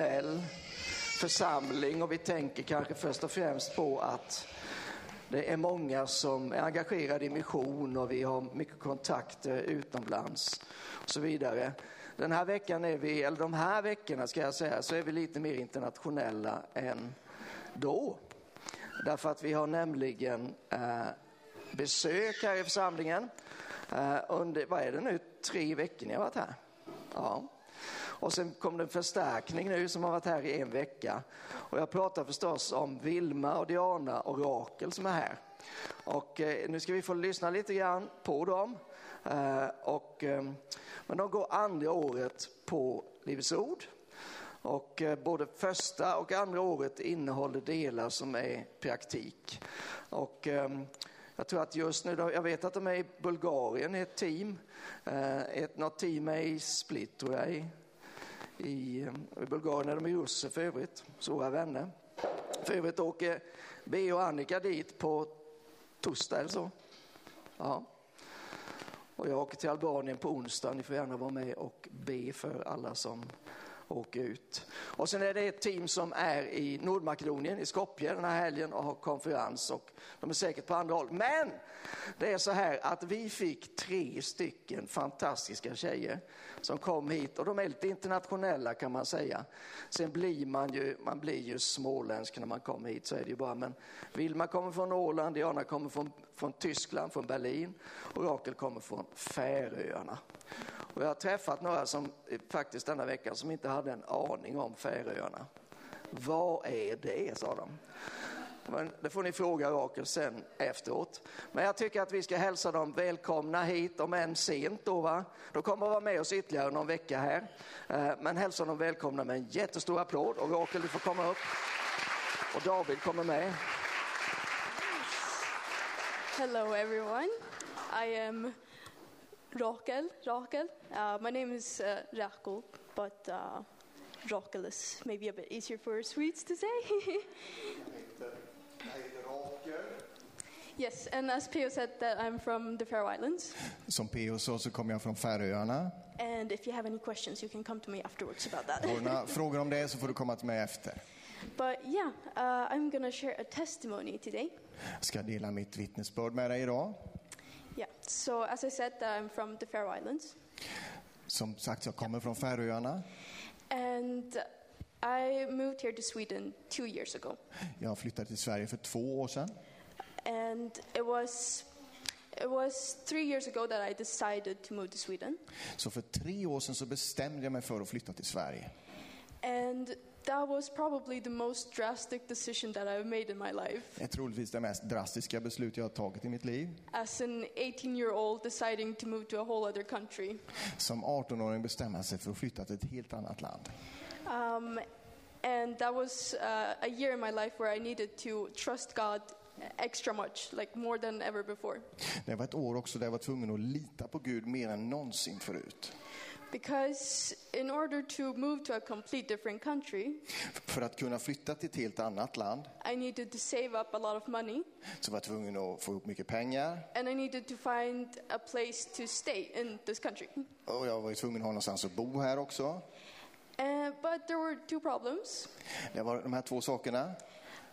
internationell församling och vi tänker kanske först och främst på att det är många som är engagerade i mission och vi har mycket kontakter utomlands och så vidare. Den här veckan är vi, eller de här veckorna ska jag säga, så är vi lite mer internationella än då. Därför att vi har nämligen eh, besök här i församlingen eh, under, vad är det nu, tre veckor ni har varit här? Ja. Och sen kom det en förstärkning nu som har varit här i en vecka. Och jag pratar förstås om Vilma och Diana och Rakel som är här. Och eh, nu ska vi få lyssna lite grann på dem. Eh, och, eh, men de går andra året på Livets Ord. Och eh, både första och andra året innehåller delar som är praktik. Och, ehm, jag tror att just nu, jag vet att de är i Bulgarien i ett team. Eh, Ett, något team är i Split tror jag. I, i, eh, i Bulgarien är de i Russe för övrigt, så våra vänner. För övrigt åker B och Annika dit på torsdag eller så. Ja. Och jag åker till Albanien på onsdag. Ni får gärna vara med och be för alla som åker ut. Och sen är det ett team som är i Nordmakedonien, i Skopje den här helgen och har konferens och de är säkert på andra håll. Men det är så här att vi fick tre stycken fantastiska tjejer som kom hit och de är lite internationella kan man säga. Sen blir man ju, man blir ju småländsk när man kommer hit, så är det ju bara. Men Vilma kommer från Åland, Diana kommer från, från Tyskland, från Berlin och Rakel kommer från Färöarna. Och jag har träffat några som eh, faktiskt denna veckan som inte hade en aning om Färöarna. Vad är det, sa de. Men det får ni fråga Rakel sen efteråt. Men jag tycker att vi ska hälsa dem välkomna hit, om än sent då va. De kommer att vara med oss ytterligare någon vecka här. Eh, Men hälsa dem välkomna med en jättestor applåd. Och Rakel, du får komma upp. Och David kommer med. Hello, everyone. I am Raquel. Raquel. Uh, my name is uh, Raquel, but uh, Raquel is maybe a bit easier for Swedes to say. yes, and as Pio said, that I'm from the Faroe Islands. Som PO sa så kommer jag från Färöarna. And if you have any questions, you can come to me afterwards about that. Har du några frågor om det så får du komma till mig efter. but yeah, uh, I'm going to share a testimony today. Jag ska dela mitt vittnesbörd med dig idag. Yeah, so as I said, that I'm from the Faroe Islands. Som sagt, jag kommer från Färöarna. And I moved here to Sweden two years ago. Jag flyttade till Sverige för två år sedan. And it was it was three years ago that I decided to move to Sweden. Så för tre år sedan så bestämde jag mig för att flytta till Sverige. And that was probably the most drastic decision that I've made in my life. Det är troligtvis det mest drastiska beslut jag har tagit i mitt liv. As an 18 year old deciding to move to a whole other country. Som 18-åring bestämma sig för att flytta till ett helt annat land. Um, and that was uh, a year in my life where I needed to trust God extra much, like more than ever before. Det var ett år också där jag var tvungen att lita på Gud mer än någonsin förut. Because in order to move to a complete different country, För att kunna flytta till ett helt annat land I needed to save up a lot of money så var jag tvungen att få ihop mycket pengar. and I needed to find a place to stay in this country. Och jag var ju tvungen att ha någonstans att bo här också. Uh, but there were two problems. Det var de här två sakerna.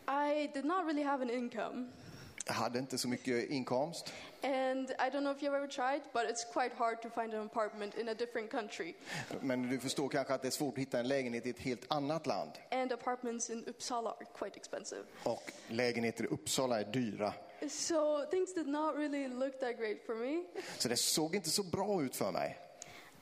I did not really have an income. Jag hade inte så mycket inkomst. And I don't know if you've ever tried, but it's quite hard to find an apartment in a different country. Men du förstår kanske att det är svårt att hitta en lägenhet i ett helt annat land. And apartments in Uppsala are quite expensive. Och lägenheter i Uppsala är dyra. So things did not really look that great for me. Så det såg inte så bra ut för mig.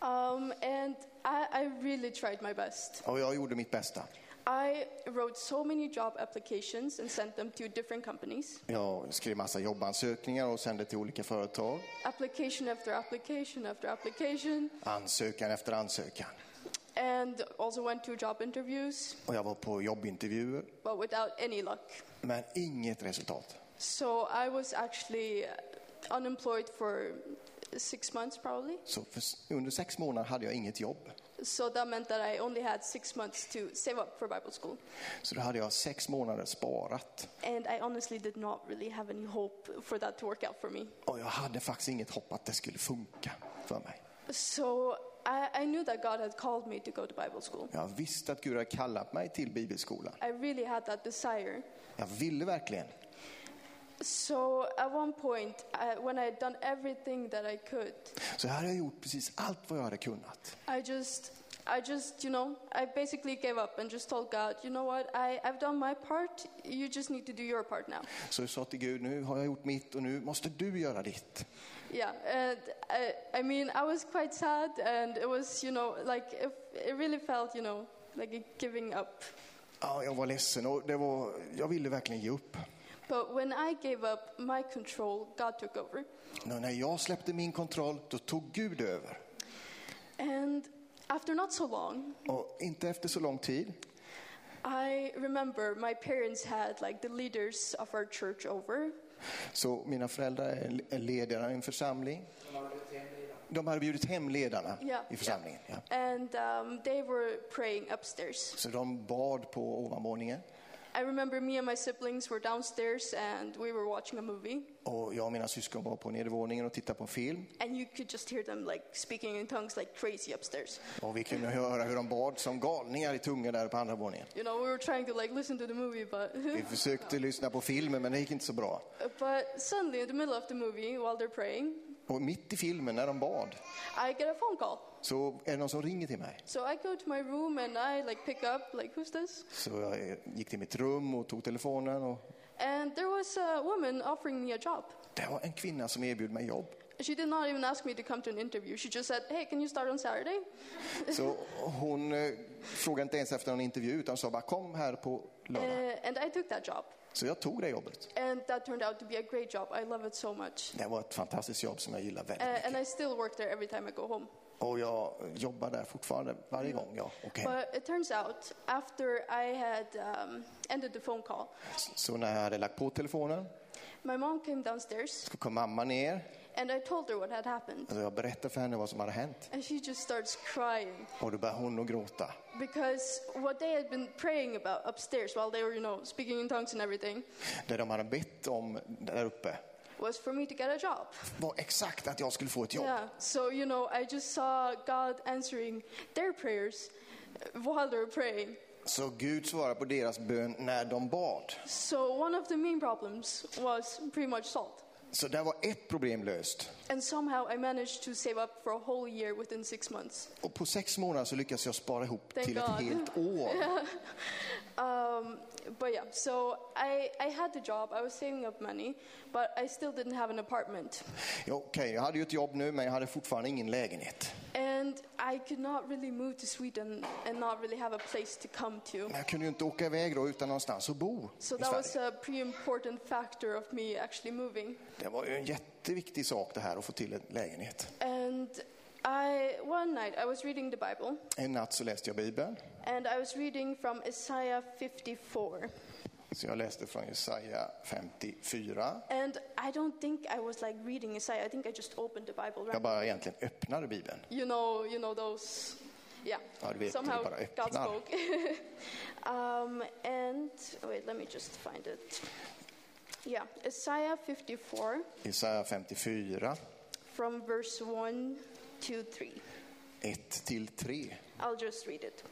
Um, and I, I really tried my best. Och jag gjorde mitt bästa. I wrote so many job applications and sent them to different companies. Jag skrev massa jobbansökningar och sände till olika företag. application after application after application, Ansökan efter ansökan. and also went to job interviews, Och jag var på jobbintervjuer, but without any luck. men inget resultat. So I was actually unemployed for six months, probably. Så för, under sex månader hade jag inget jobb. So that meant that I only had six months to save up for Bible school. Så då hade jag sex månader sparat. And I honestly did not really have any hope for that to work out for me. Och jag hade faktiskt inget hopp att det skulle funka för mig. So I, I knew that God had called me to go to Bible school. Jag visste att Gud hade kallat mig till bibelskola. I really had that desire. Jag ville verkligen. So at one point, I, when I had done everything that I could, Så här har jag gjort precis allt vad jag hade kunnat. I just, I just, you know, I basically gave up and just told God, you know what, I, I've done my part. You just need to do your part now. Så jag sa till Gud, nu har jag gjort mitt och nu måste du göra ditt. Yeah, and I, I mean, I was quite sad, and it was, you know, like it, it really felt, you know, like a giving up. Ja, jag var ledsen och det var, jag ville verkligen ge upp. But when I gave up my control, God took over, Men när jag släppte min kontroll, då tog Gud över. and after not so long, Och inte efter så lång tid I remember my parents had like the leaders of our church over. Så mina föräldrar är är ledare i en församling. De hade bjudit hem ledarna Ja. i församlingen. Ja. And um, they were praying upstairs. Så de bad på ovanvåningen I remember me and my siblings were downstairs and we were watching a movie. och jag och mina syskon var på nedervåningen och tittade på en film. And you could just hear them like speaking in tongues like crazy upstairs. Och vi kunde höra hur de bad som galningar i tunga där på andra våningen. You know, we were trying to like listen to the movie, but. Vi försökte lyssna på filmen men det gick inte så bra. but suddenly, in the middle of the movie, while they're praying, Och mitt i filmen när de bad I get a phone call. så är det någon som ringer till mig. So I go to my room and I like pick up, like, who's this? Så jag eh, gick till mitt rum och tog telefonen och And there was a woman offering me a job. det var en kvinna som erbjöd mig jobb. She did not even ask me to come to an interview. She just said, hey, can you start on Saturday? Så hon eh, frågade inte ens efter någon intervju utan sa bara kom här på Uh, lördag. and I took that job. Så jag tog det jobbet. And that turned out to be a great job. I love it so much. Det var ett fantastiskt jobb som jag gillar Uh, väldigt mycket. and I still work there every time I go home. Och jag jobbar där fortfarande varje gång jag åker hem. But it turns out, after I had um, ended the phone call, Så när jag hade lagt på telefonen my mom came downstairs så kom mamma ner and I told her what had happened. och jag berättade för henne vad som hade hänt. And she just starts crying Och då började hon att gråta. because what they had been praying about upstairs while they were, you know, speaking in tongues and everything Det de hade bett om där uppe was for me to get a job. var exakt att jag skulle få ett jobb. Yeah, so you know, I just saw God answering their prayers while they were praying. Så Gud svarade på deras bön när de bad. So one of the main problems was pretty much salt. Så där var ett problem löst. And somehow I managed to save up for a whole year within six months. Och på sex månader så lyckades jag spara ihop Thank till ett God. helt år. Um, but yeah, so I, I had the job, I was saving up money, but I still didn't have an apartment. Ja, Okej, jag hade ju ett jobb nu men jag hade fortfarande ingen lägenhet. And I could not really move to Sweden and not really have a place to come to. Men jag kunde ju inte åka iväg då utan någonstans att bo So i that was Sverige. a pretty important factor of me actually moving. Det var ju en jätteviktig sak det här att få till en lägenhet. And I, one night I was reading the Bible En natt så läste jag Bibeln. and I was reading from Isaiah 54. Så jag läste från Jesaja 54. And I don't think I was like reading Isaiah, I think I just opened the Bible. Jag Right? bara egentligen öppnade Bibeln. You know, you know those. Yeah. Ja, du vet, Somehow det är bara God öppnar. spoke. um, and wait, let me just find it. Yeah, Isaiah 54 Jesaja 54, from verse 1 to 3. 1 till 3. I'll just read it.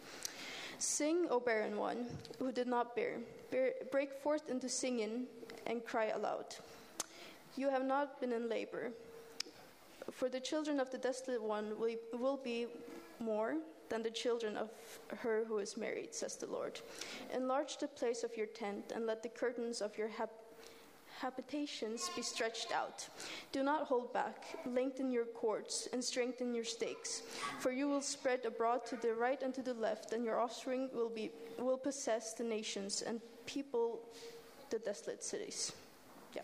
Sing, O barren one, who did not bear. bear break forth into singing and cry aloud. You have not been in labor. For the children of the desolate one will, will be more than the children of her who is married, says the Lord. Enlarge the place of your tent and let the curtains of your hab- habitations be stretched out. Do not hold back. Lengthen your cords and strengthen your stakes, for you will spread abroad to the right and to the left, and your offspring will be will possess the nations and people the desolate cities. Yeah.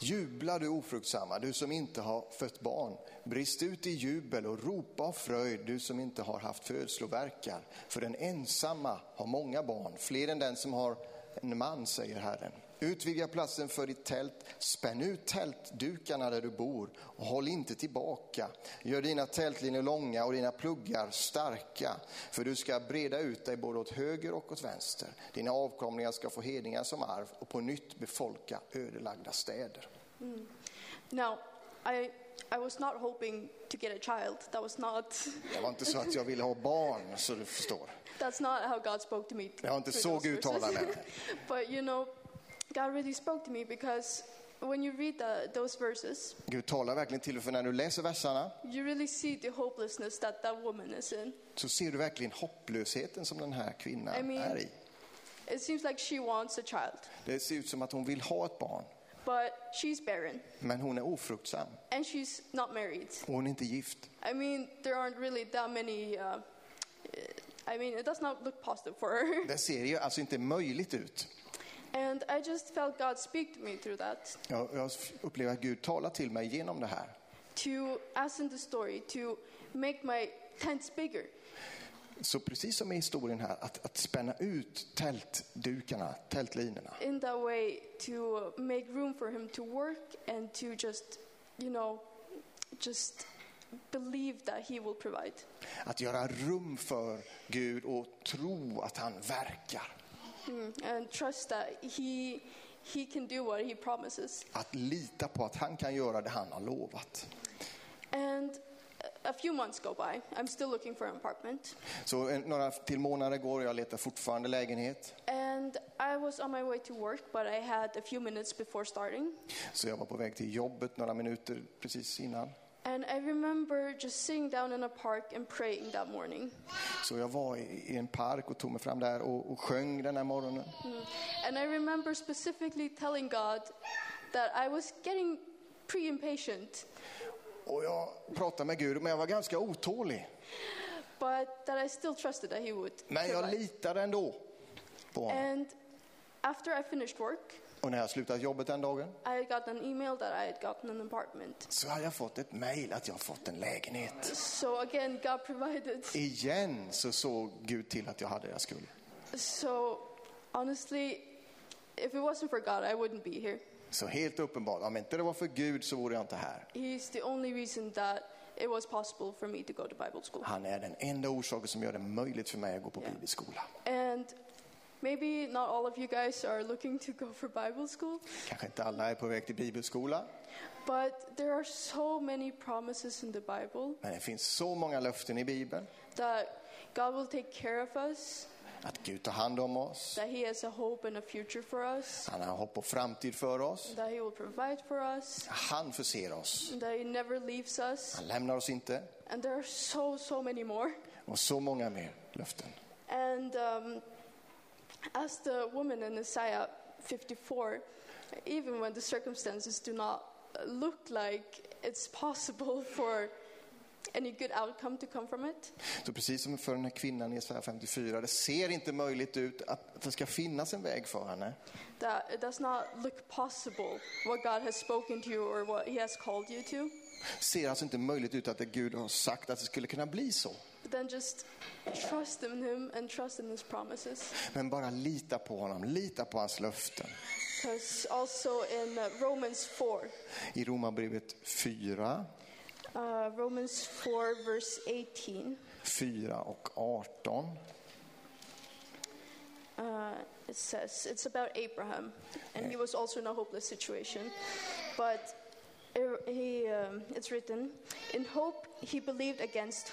Jubla du ofruktsamma, du som inte har fött barn. Brist ut i jubel och ropa av fröjd, du som inte har haft födslovärkar. För den ensamma har många barn, fler än den som har en man, säger Herren. Utvidga platsen för ditt tält, spänn ut tältdukarna där du bor och håll inte tillbaka. Gör dina tältlinor långa och dina pluggar starka, för du ska breda ut dig både åt höger och åt vänster. Dina avkomlingar ska få hedningar som arv och på nytt befolka ödelagda städer. Now, I I was not hoping to get a child. That was not, Det var inte så att jag ville ha barn, så du förstår. that's not how God spoke to me. Jag har inte through those såg uttalanden. verses. but you know, God really spoke to me because when you read the, those verses, Gud talar verkligen till dig, för när du läser verserna you really see the hopelessness that that woman is in. så ser du verkligen hopplösheten som den här kvinnan I mean- är i. It seems like she wants a child, Det ser ut som att hon vill ha ett barn, but she's barren men hon är ofruktsam. and she's not married. Och hon är inte gift. I mean, there aren't really that many. Uh, I mean, it does not look positive for her. Det ser ju alltså inte möjligt ut. And I just felt God speak to me through that Jag, jag upplever att Gud talar till mig genom det här. to, as in the story, to make my tents bigger. Så precis som i historien här, att, att spänna ut tältdukarna, tältlinorna. In that way, to uh, make room for Him to work and to just, you know, just believe that He will provide. Att göra rum för Gud och tro att han verkar. Mm, And trust that He, He can do what He promises. Att lita på att han kan göra det han har lovat. And a- a few months go by. I'm still looking for an apartment. Så en, några till månader går, jag letar fortfarande lägenhet. And I was on my way to work, but I had a few minutes before starting. Så jag var på väg till jobbet några minuter precis innan. And I remember just sitting down in a park and praying that morning. Så jag var i, i en park och tog mig fram där och, och sjöng den här morgonen. And I remember specifically telling God that I was getting pretty impatient, Och jag pratade med Gud, men jag var ganska otålig. but that I still trusted that He would. Men jag provide. litade ändå på honom. And after I finished work, Och när jag slutat jobbet den dagen I got an email that I had gotten an apartment. så hade jag fått ett mejl att jag har fått en lägenhet. So again, God provided. Igen så såg Gud till att jag hade det jag skulle. So honestly, if it wasn't for God, I wouldn't be here. Så helt uppenbart, om inte det var för Gud så vore jag inte här. He's the only reason that it was possible for me to go to Bible school. Han är den enda orsaken som gör det möjligt för mig att gå på bibelskola. And maybe not all of you guys are looking to go for Bible school, Kanske inte alla är på väg till bibelskola, but there are so many promises in the Bible men det finns så många löften i Bibeln. that God will take care of us, Att Gud tar hand om oss, that He has a hope and a future for us, han har hopp och framtid för oss. that He will provide for us, Han förser oss, and that He never leaves us. han lämnar oss inte. And there are so, so many more. Och så många mer löften. And um, as the woman in Isaiah 54, even when the circumstances do not uh, look like it's possible for any good outcome to come from it, Så precis som för den här kvinnan i Jesaja 54, det ser inte möjligt ut att att det ska finnas en väg för henne. that it does not look possible what God has spoken to you or what He has called you to, Ser alltså inte möjligt ut att det Gud har sagt att det skulle kunna bli så. but then just trust in Him and trust in His promises. Men bara lita på honom, lita på hans löften. Because also in uh, Romans 4, I Romarbrevet 4, uh, Romans 4, verse 18. 4 och 18. Uh, it says it's about Abraham, and he was also in a hopeless situation, but er- he, um, it's written, in hope he believed against,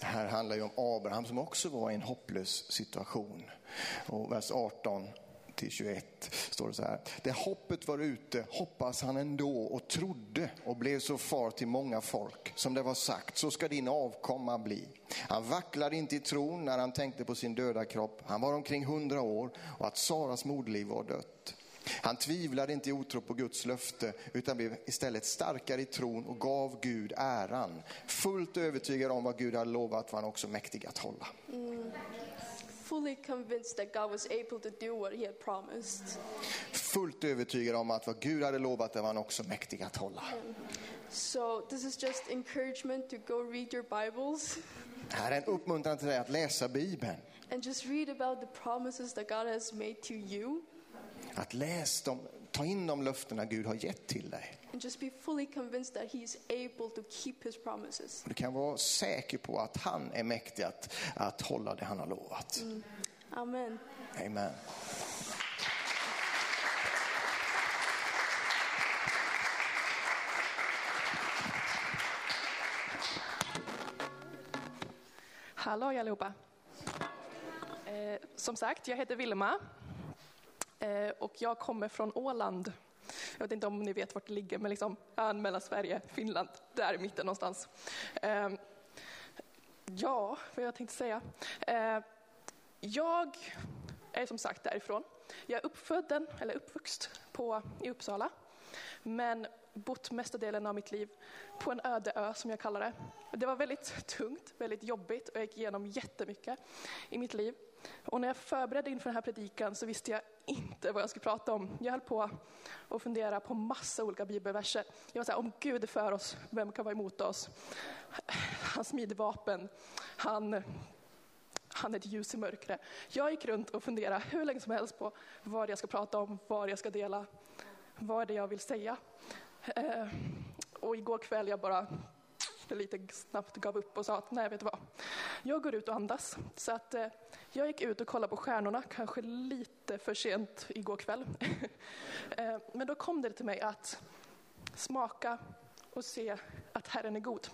Det här handlar ju om Abraham som också var i en hopplös situation. Och vers 18 till 21 står det så här. Det hoppet var ute hoppas han ändå och trodde och blev så far till många folk. Som det var sagt, så ska din avkomma bli. Han vacklade inte i tron när han tänkte på sin döda kropp. Han var omkring hundra år och att Saras moderliv var dött. Han tvivlade inte i otro på Guds löfte utan blev istället starkare i tron och gav Gud äran. Fullt övertygad om vad Gud hade lovat var han också mäktig att hålla. Fully convinced that God was able to do what he had promised. fullt övertygad om att vad Gud hade lovat är man också mäktig att hålla. So, this is just encouragement to go read your Bibles Det här är en uppmuntran till dig att läsa Bibeln. and just read about the promises that God has made to you Att läs dem, ta in de löftena Gud har gett till dig. and just be fully convinced that He is able to keep His promises. Du kan vara säker på att han är mäktig att, att hålla det han har lovat. Amen. Amen. Hallå allihopa. Eh, som sagt, jag heter Vilma eh, och jag kommer från Åland. Jag vet inte om ni vet vart det ligger, men liksom ön mellan Sverige Finland, där i mitten någonstans. Eh, ja, vad jag tänkte säga. Eh, jag är som sagt därifrån. Jag är uppfödd, eller uppvuxen på, i Uppsala, men bott mesta delen av mitt liv på en öde ö som jag kallar det. Det var väldigt tungt, väldigt jobbigt och jag gick igenom jättemycket i mitt liv. Och när jag förberedde inför den här predikan så visste jag inte vad jag skulle prata om. Jag höll på att fundera på massa olika bibelverser. Jag var så här, om Gud är för oss, vem kan vara emot oss? Han smider vapen, han han är ett ljus i mörkret. Jag gick runt och funderade hur länge som helst på vad jag ska prata om, vad jag ska dela, vad är det jag vill säga. Eh, och igår kväll jag bara lite snabbt gav upp och sa att nej, vet du vad? Jag går ut och andas. Så att eh, jag gick ut och kollade på stjärnorna, kanske lite för sent igår kväll. eh, men då kom det till mig att smaka och se att Herren är god.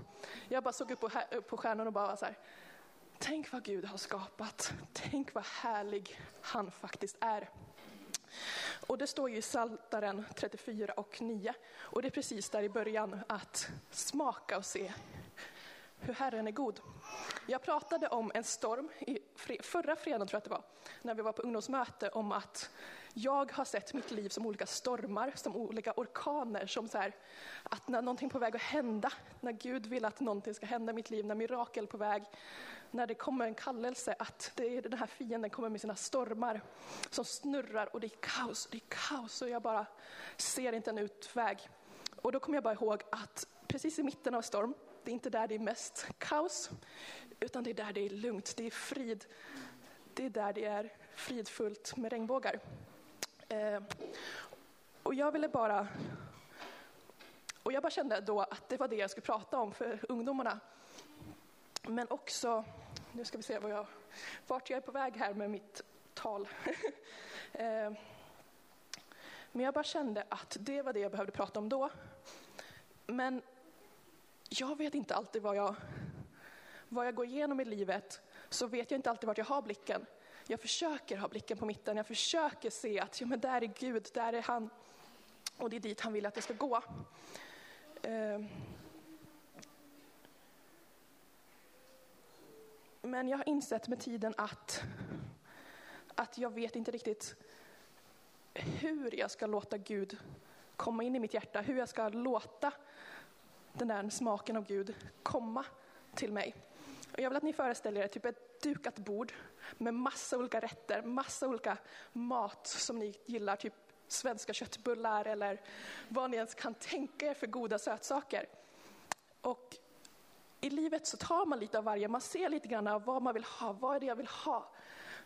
Jag bara såg upp på, här- upp på stjärnorna och bara var så här, Tänk vad Gud har skapat. Tänk vad härlig han faktiskt är. Och det står ju i Psaltaren 34 och 9. Och det är precis där i början att smaka och se hur Herren är god. Jag pratade om en storm i fre- förra fredagen, tror jag att det var, när vi var på ungdomsmöte om att jag har sett mitt liv som olika stormar, som olika orkaner, som så här, att när någonting är på väg att hända, när Gud vill att någonting ska hända i mitt liv, när mirakel är på väg, när det kommer en kallelse, att det är den här fienden kommer med sina stormar som snurrar och det är kaos, det är kaos och jag bara ser inte en utväg. Och då kommer jag bara ihåg att precis i mitten av storm, det är inte där det är mest kaos, utan det är där det är lugnt, det är frid. Det är där det är fridfullt med regnbågar. Eh, och jag ville bara... Och jag bara kände då att det var det jag skulle prata om för ungdomarna. Men också, nu ska vi se vad jag, vart jag är på väg här med mitt tal. eh, men jag bara kände att det var det jag behövde prata om då. Men jag vet inte alltid vad jag, vad jag går igenom i livet, så vet jag inte alltid vart jag har blicken. Jag försöker ha blicken på mitten, jag försöker se att ja, men där är Gud, där är han. Och det är dit han vill att jag ska gå. Ehm. Men jag har insett med tiden att, att jag vet inte riktigt hur jag ska låta Gud komma in i mitt hjärta, hur jag ska låta den där smaken av Gud komma till mig. Och jag vill att ni föreställer er typ ett dukat bord med massa olika rätter, massa olika mat som ni gillar, typ svenska köttbullar eller vad ni ens kan tänka er för goda sötsaker. Och i livet så tar man lite av varje, man ser lite grann av vad man vill ha, vad är det jag vill ha?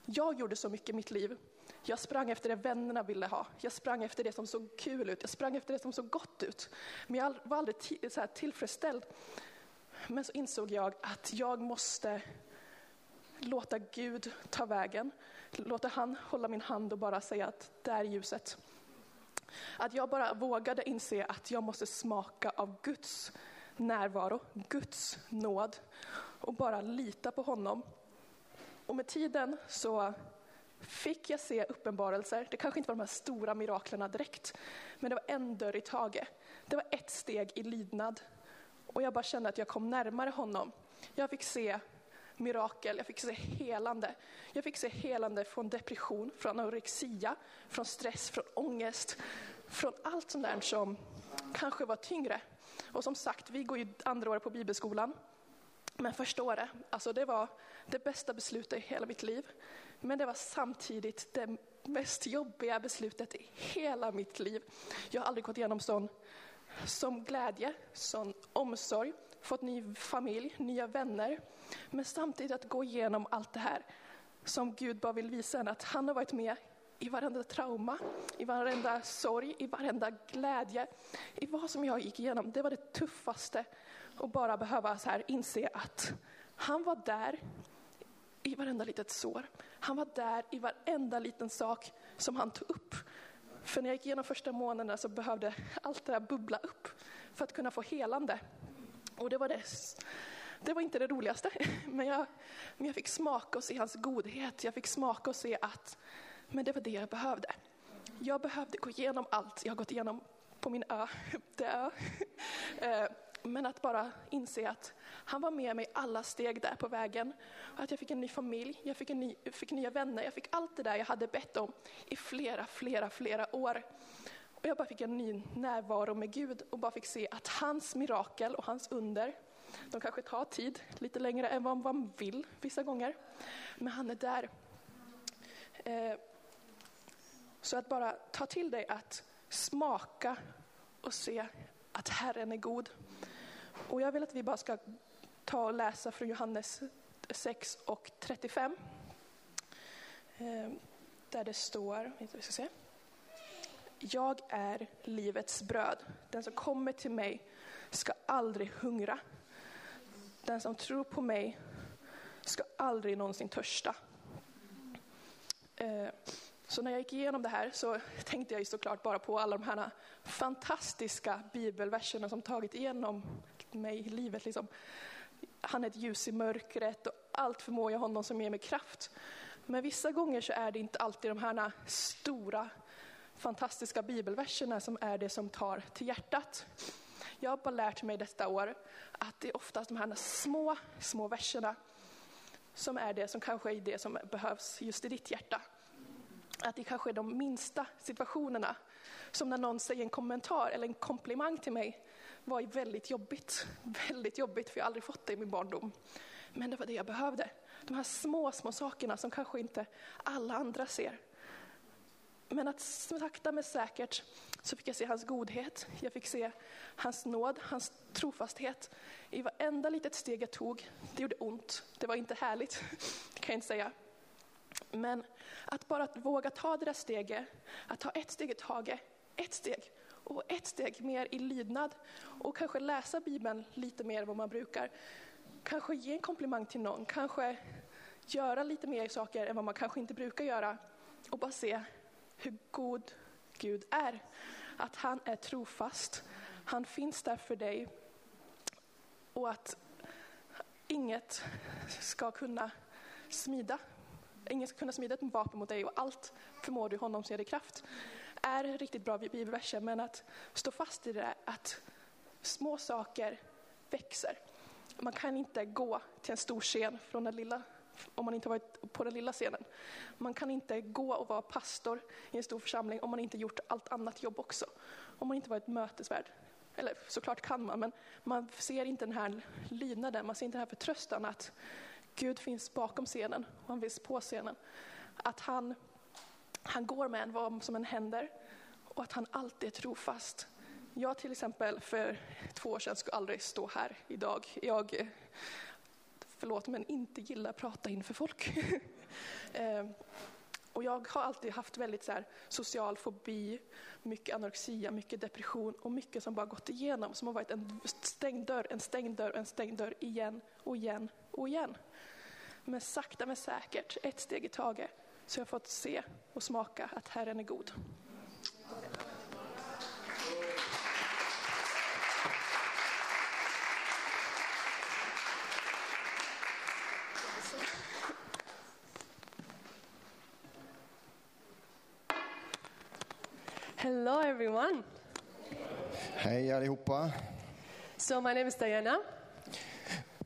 Jag gjorde så mycket i mitt liv. Jag sprang efter det vännerna ville ha. Jag sprang efter det som såg kul ut. Jag sprang efter det som såg gott ut. Men jag var aldrig ti- så här tillfredsställd. Men så insåg jag att jag måste låta Gud ta vägen. Låta han hålla min hand och bara säga att där är ljuset. Att jag bara vågade inse att jag måste smaka av Guds närvaro, Guds nåd och bara lita på honom. Och med tiden så fick jag se uppenbarelser. Det kanske inte var de här stora miraklerna direkt, men det var en dörr i taget. Det var ett steg i lydnad och jag bara kände att jag kom närmare honom. Jag fick se mirakel, jag fick se helande. Jag fick se helande från depression, från anorexia, från stress, från ångest, från allt sånt där som kanske var tyngre. Och som sagt, vi går ju andra året på bibelskolan. Men förstå det, alltså det var det bästa beslutet i hela mitt liv. Men det var samtidigt det mest jobbiga beslutet i hela mitt liv. Jag har aldrig gått igenom sån, sån glädje, sån omsorg, fått ny familj, nya vänner. Men samtidigt att gå igenom allt det här som Gud bara vill visa en att han har varit med i varenda trauma, i varenda sorg, i varenda glädje, i vad som jag gick igenom. Det var det tuffaste och bara behöva så här inse att han var där i varenda litet sår. Han var där i varenda liten sak som han tog upp. För när jag gick igenom första månaderna så behövde allt det där bubbla upp för att kunna få helande. Och det var det. Det var inte det roligaste, men jag, men jag fick smaka och se hans godhet. Jag fick smaka och se att men det var det jag behövde. Jag behövde gå igenom allt jag har gått igenom på min ö, där ö. Men att bara inse att han var med mig alla steg där på vägen. Att jag fick en ny familj, jag fick, en ny, fick nya vänner, jag fick allt det där jag hade bett om i flera, flera, flera år. Och jag bara fick en ny närvaro med Gud och bara fick se att hans mirakel och hans under, de kanske tar tid lite längre än vad man vill vissa gånger. Men han är där. Eh, så att bara ta till dig att smaka och se att Herren är god. Och jag vill att vi bara ska ta och läsa från Johannes 6 och 35. Eh, där det står, vi ska se. Jag är livets bröd. Den som kommer till mig ska aldrig hungra. Den som tror på mig ska aldrig någonsin törsta. Eh, så när jag gick igenom det här så tänkte jag ju såklart bara på alla de här fantastiska bibelverserna som tagit igenom mig i livet. Liksom. Han är ett ljus i mörkret och allt förmår jag honom som ger mig kraft. Men vissa gånger så är det inte alltid de här stora fantastiska bibelverserna som är det som tar till hjärtat. Jag har bara lärt mig detta år att det är oftast de här små, små verserna som är det som kanske är det som behövs just i ditt hjärta att det kanske är de minsta situationerna. Som när någon säger en kommentar eller en komplimang till mig var väldigt jobbigt. Väldigt jobbigt, för jag har aldrig fått det i min barndom. Men det var det jag behövde. De här små, små sakerna som kanske inte alla andra ser. Men att sakta men säkert så fick jag se hans godhet, jag fick se hans nåd, hans trofasthet. I varenda litet steg jag tog, det gjorde ont. Det var inte härligt, kan jag inte säga. Men att bara våga ta det där steget, att ta ett steg i taget, ett steg och ett steg mer i lydnad och kanske läsa Bibeln lite mer än vad man brukar. Kanske ge en komplimang till någon, kanske göra lite mer saker än vad man kanske inte brukar göra och bara se hur god Gud är. Att han är trofast, han finns där för dig och att inget ska kunna smida ingen ska kunna smida ett vapen mot dig och allt förmår du honom som ger dig kraft. Är riktigt bra bibelverser, men att stå fast i det där att små saker växer. Man kan inte gå till en stor scen från den lilla om man inte har varit på den lilla scenen. Man kan inte gå och vara pastor i en stor församling om man inte gjort allt annat jobb också. Om man inte varit mötesvärd. Eller såklart kan man, men man ser inte den här lydnaden, man ser inte den här förtröstan att Gud finns bakom scenen och han finns på scenen. Att han, han går med en vad som än händer och att han alltid är trofast. Jag till exempel för två år sedan skulle aldrig stå här idag. Jag, eh, förlåt men inte gillar att prata inför folk. ehm, och jag har alltid haft väldigt så här, social fobi, mycket anorexia, mycket depression och mycket som bara gått igenom som har varit en stängd dörr, en stängd dörr, en stängd dörr igen och igen och igen. Men sakta men säkert, ett steg i taget, så jag har fått se och smaka att Herren är god. Hello, everyone. Hej allihopa. So, my name is Diana,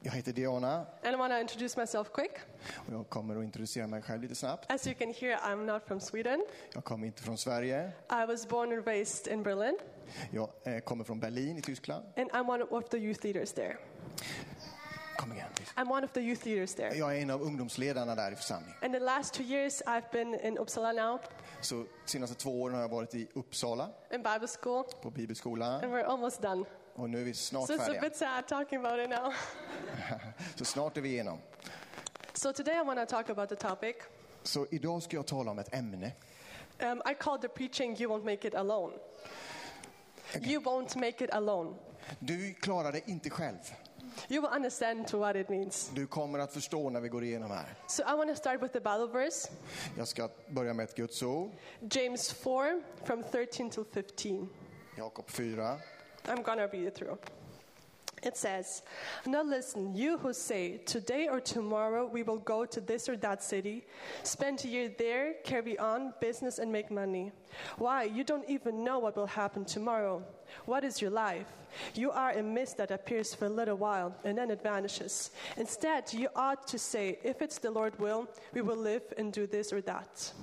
Jag heter Diana and I want to introduce myself quick. och jag kommer att introducera mig själv lite snabbt. As you can hear, I'm not from Sweden. Jag kommer inte från Sverige. I was born and raised in Berlin, Jag eh, kommer från Berlin i Tyskland. and I'm one of the youth leaders there. Kom igen. I'm one of the youth leaders there. Jag är en av ungdomsledarna där i församlingen. And the last two years, I've been in Uppsala now, Så senaste två åren har jag varit i Uppsala in Bible school, på bibelskolan and we're almost done. och nu är vi snart So it's a färdiga. bit sad talking about it now. Så snart är vi igenom. So today, I want to talk about the topic. Så idag ska jag tala om ett ämne. Um, I called the preaching "You Won't Make It Alone." You won't make it alone. Du klarar det inte själv. You will understand to what it means. Du kommer att förstå när vi går igenom här. So I want to start with the Bible verse, Jag ska börja med ett Guds ord, James 4, from 13 till 15. Jakob 4. I'm gonna read it through. It says, Now listen, you who say, Today or tomorrow we will go to this or that city, spend a year there, carry on business, and make money. Why? You don't even know what will happen tomorrow. What is your life? You are a mist that appears for a little while, and then it vanishes. Instead, you ought to say, If it's the Lord will, we will live and do this or that.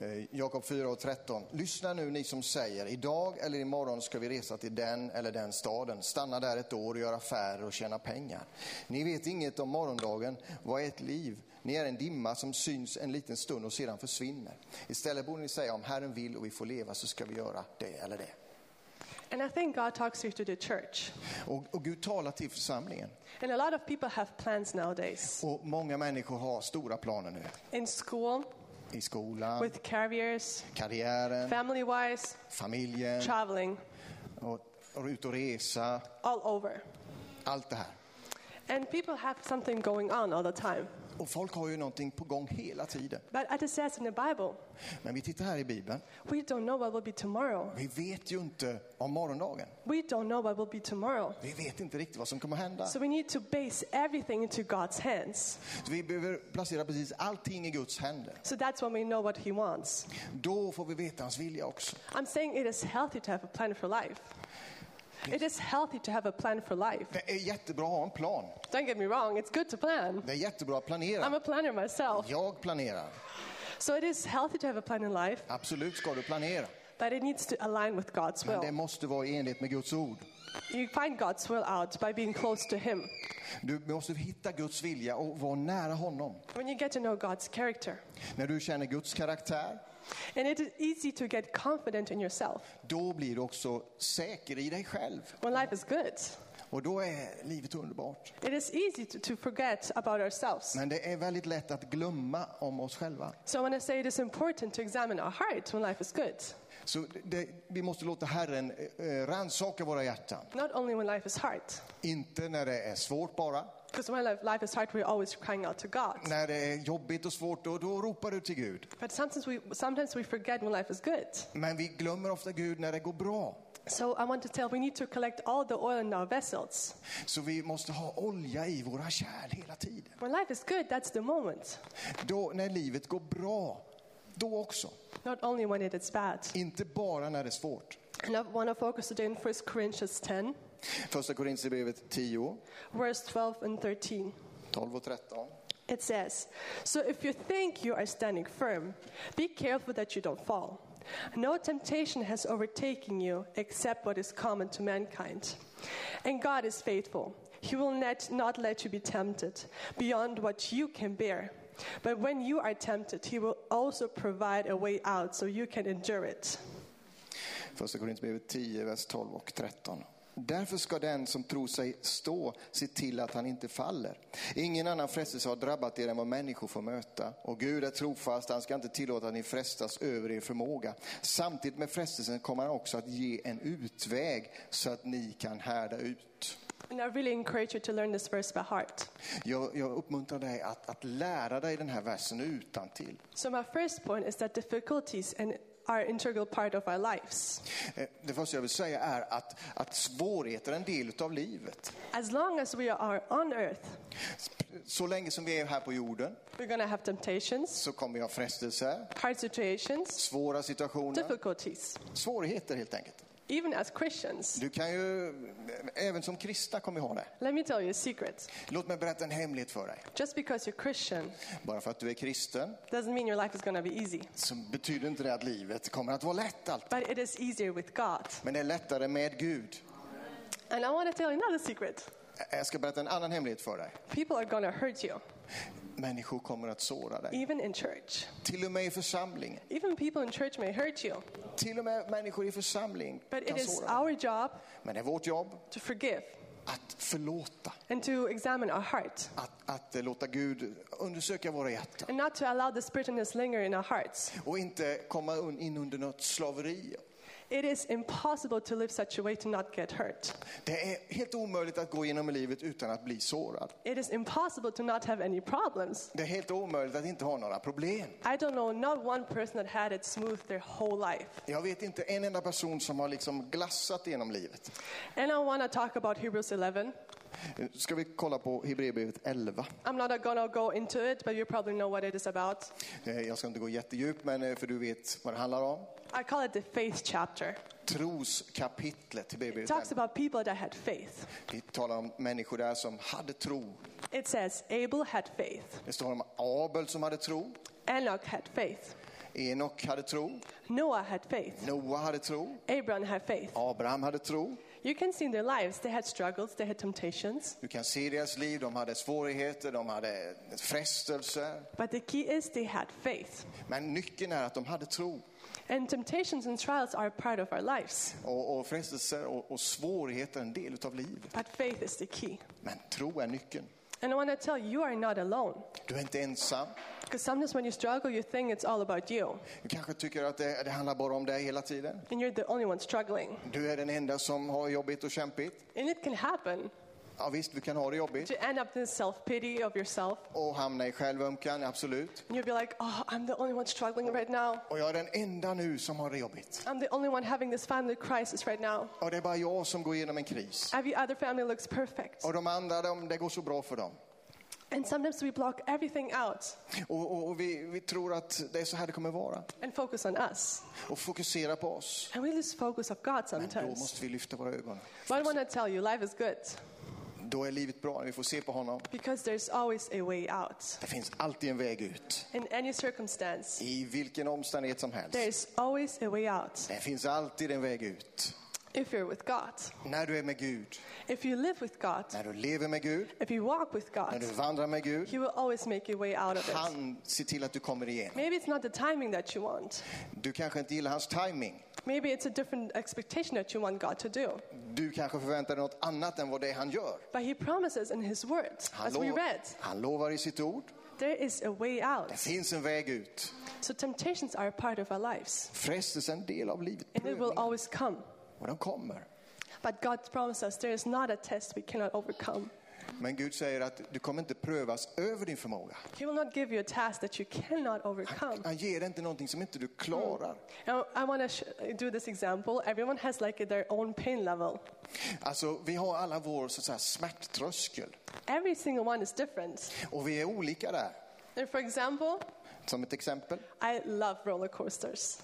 Eh, Jakob 4 och 13. Lyssna nu ni som säger, idag eller imorgon ska vi resa till den eller den staden, stanna där ett år och göra affärer och tjäna pengar. Ni vet inget om morgondagen, vad är ett liv? Ni är en dimma som syns en liten stund och sedan försvinner. Istället borde ni säga, om Herren vill och vi får leva så ska vi göra det eller det. And I think God talks here to the church. Och, och Gud talar till församlingen. And a lot of people have plans nowadays. Och många människor har stora planer nu. in school, I skolan, with careers, karriären, family wise, familjen, traveling, och, och ut och resa. all over. Allt det här. And people have something going on all the time. Och folk har ju någonting på gång hela tiden. But as it says in the Bible, Men vi tittar här i Bibeln. we don't know what will be tomorrow. Vi vet ju inte om morgondagen. We don't know what will be tomorrow. Vi vet inte riktigt vad som kommer hända. So we need to base everything into God's hands. Så vi behöver placera precis allting i Guds händer. So that's when we know what He wants. Då får vi veta hans vilja också. I'm saying it is healthy to have a plan for life. It is healthy to have a plan for life. Det är jättebra att ha en plan. Don't get me wrong, it's good to plan. Det är jättebra att I'm planera. a planner myself. Jag planerar. So it is healthy to have a plan in life, Absolut ska du planera. but it needs to align with God's Men will. det måste vara i enlighet med Guds ord. You find God's will out by being close to Him. Du måste hitta Guds vilja och vara nära honom. When you get to know God's character, När du känner Guds karaktär, and it is easy to get confident in yourself då blir du också säker i dig själv. when life is good. Och då är livet underbart. It is easy to, to forget about ourselves. Men det är väldigt lätt att glömma om oss själva. So I want to say it is important to examine our heart when life is good, Så det, vi måste låta Herren eh, rannsaka våra hjärtan. not only when life is hard. Inte när det är svårt bara. Because when life, life is hard, we're always crying out to God. När det är jobbigt och svårt, då, då ropar du till Gud. But sometimes we, sometimes we forget when life is good. Men vi glömmer ofta Gud när det går bra. So I want to tell we need to collect all the oil in our vessels. Så vi måste ha olja i våra kärl hela tiden. When life is good, that's the moment, Då, när livet går bra, då också. not only when it is bad. Inte bara när det är svårt. And I want to focus today on 1 Corinthians 10, Första Korinthierbrevet 10, verse 12 and 13. 12 och 13. It says, So if you think you are standing firm, be careful that you don't fall. No temptation has overtaken you except what is common to mankind. And God is faithful. He will not, not let you be tempted beyond what you can bear. But when you are tempted, He will also provide a way out so you can endure it. Första Korinthierbrevet 10, vers 12 och 13. Därför ska den som tror sig stå se till att han inte faller. Ingen annan frestelse har drabbat er än vad människor får möta. Och Gud är trofast, han ska inte tillåta att ni frestas över er förmåga. Samtidigt med frestelsen kommer han också att ge en utväg så att ni kan härda ut. And I really encourage you to learn this verse by heart. Jag, jag uppmuntrar dig att, att lära dig den här versen utan till. So my first point is that difficulties and are integral part of our lives. Eh, Det första jag vill säga är att, att svårigheter är en del av livet. As long as we are on earth, Så länge som vi är här på jorden we're going to have temptations, så kommer vi ha frestelser, hard situations, svåra situationer, difficulties, svårigheter helt enkelt. even as Christians. Du kan ju, även som kristna kommer vi ha det. Let me tell you a secret. Låt mig berätta en hemlighet för dig. Just because you're Christian Bara för att du är kristen doesn't mean your life is going to be easy, så betyder inte det att livet kommer att vara lätt alltid. but it is easier with God. Men det är lättare med Gud. And I want to tell you another secret. Jag ska berätta en annan hemlighet för dig. People are going to hurt you, Människor kommer att såra dig. even in church. Till och med i församlingen. Even people in church may hurt you, Till och med människor i församling but it kan is såra dig. our job Men det är vårt jobb to forgive att förlåta. and to examine our heart Att, att eh, låta Gud undersöka våra hjärtan. and not to allow the bitterness linger in our hearts. Och inte komma un- in under något slaveri. It is impossible to live such a way to not get hurt. Det är helt omöjligt att gå genom livet utan att bli sårad. It is impossible to not have any problems. Det är helt omöjligt att inte ha några problem. I don't know not one person that had it smooth their whole life. Jag vet inte en enda person som har liksom glassat genom livet. And I want to talk about Hebrews 11. Ska vi kolla på Hebreerbrevet 11. I'm not going to go into it, but you probably know what it is about. Eh, Jag ska inte gå jättedjupt, men eh, för du vet vad det handlar om. I call it the faith chapter. Troskapitlet i It Hebreerbrevet talks 11. about people that had faith. Vi talar om människor där som hade tro. It says Abel had faith, Det står om Abel som hade tro, Enoch had faith, Enok hade tro, Noah had faith, Noa hade tro, Abraham had faith. Abraham hade tro. You can see in their lives they had struggles, they had temptations, Du kan se deras liv, de hade svårigheter, de hade frestelser. but the key is they had faith. Men nyckeln är att de hade tro. And temptations and trials are part of our lives, Och, och frestelser och, och svårigheter är en del av livet. but faith is the key. Men tro är nyckeln. And I want to tell you, you are not alone. Du är inte ensam. Because sometimes when you struggle, you think it's all about you, Du kanske tycker att det, det handlar bara om dig hela tiden. and you're the only one struggling. Du är den enda som har jobbigt och kämpigt. And it can happen Ja visst, du kan ha det jobbigt to end up in self pity of yourself. och hamna i självömkan, absolut. And you'll be like, oh, I'm the only one struggling right now. Och jag är den enda nu som har det jobbigt. I'm the only one having this family crisis right now. Och det är bara jag som går igenom en kris. Every other family looks perfect. Och de andra, de, det går så bra för dem. And sometimes we block everything out Och, och, och vi, vi tror att det är så här det kommer vara. and focus on us. Och fokusera på oss. And we lose focus of God Men då sometimes. måste vi lyfta våra ögon. But I want to tell you, life is good Då är livet bra, när vi får se på honom. because there's always a way out. Det finns alltid en väg ut. In any circumstance, I vilken omständighet som helst. there's always a way out Det finns alltid en väg ut. if you're with God, När du är med Gud, if you live with God, när du lever med Gud, if you walk with när God. du vandrar med Gud. He will always make a way out of it. Han ser till att du kommer igenom. Maybe it's not the timing that you want. Du kanske inte gillar hans timing. Maybe it's a different expectation that you want God to do. Du kanske förväntar dig något annat än vad det är han gör. But He promises in His Word, Han, as we lovar- read, han lovar i sitt ord, there is a way det out. finns en väg ut. So temptations are a part of our lives, Frestelse är en del av livet. and it will Prövningar. always come. Och de kommer. But God promises us there is not a test we cannot overcome. Men Gud säger att du kommer inte prövas över din förmåga. He will not give you a task that you cannot overcome. Han ger dig inte någonting som inte du klarar. Now, I want to sh- do this example. Everyone has like their own pain level. Alltså, vi har alla vår så att säga, smärttröskel. Every single one is different. Och vi är olika där. And for example, Som ett exempel. I love roller coasters.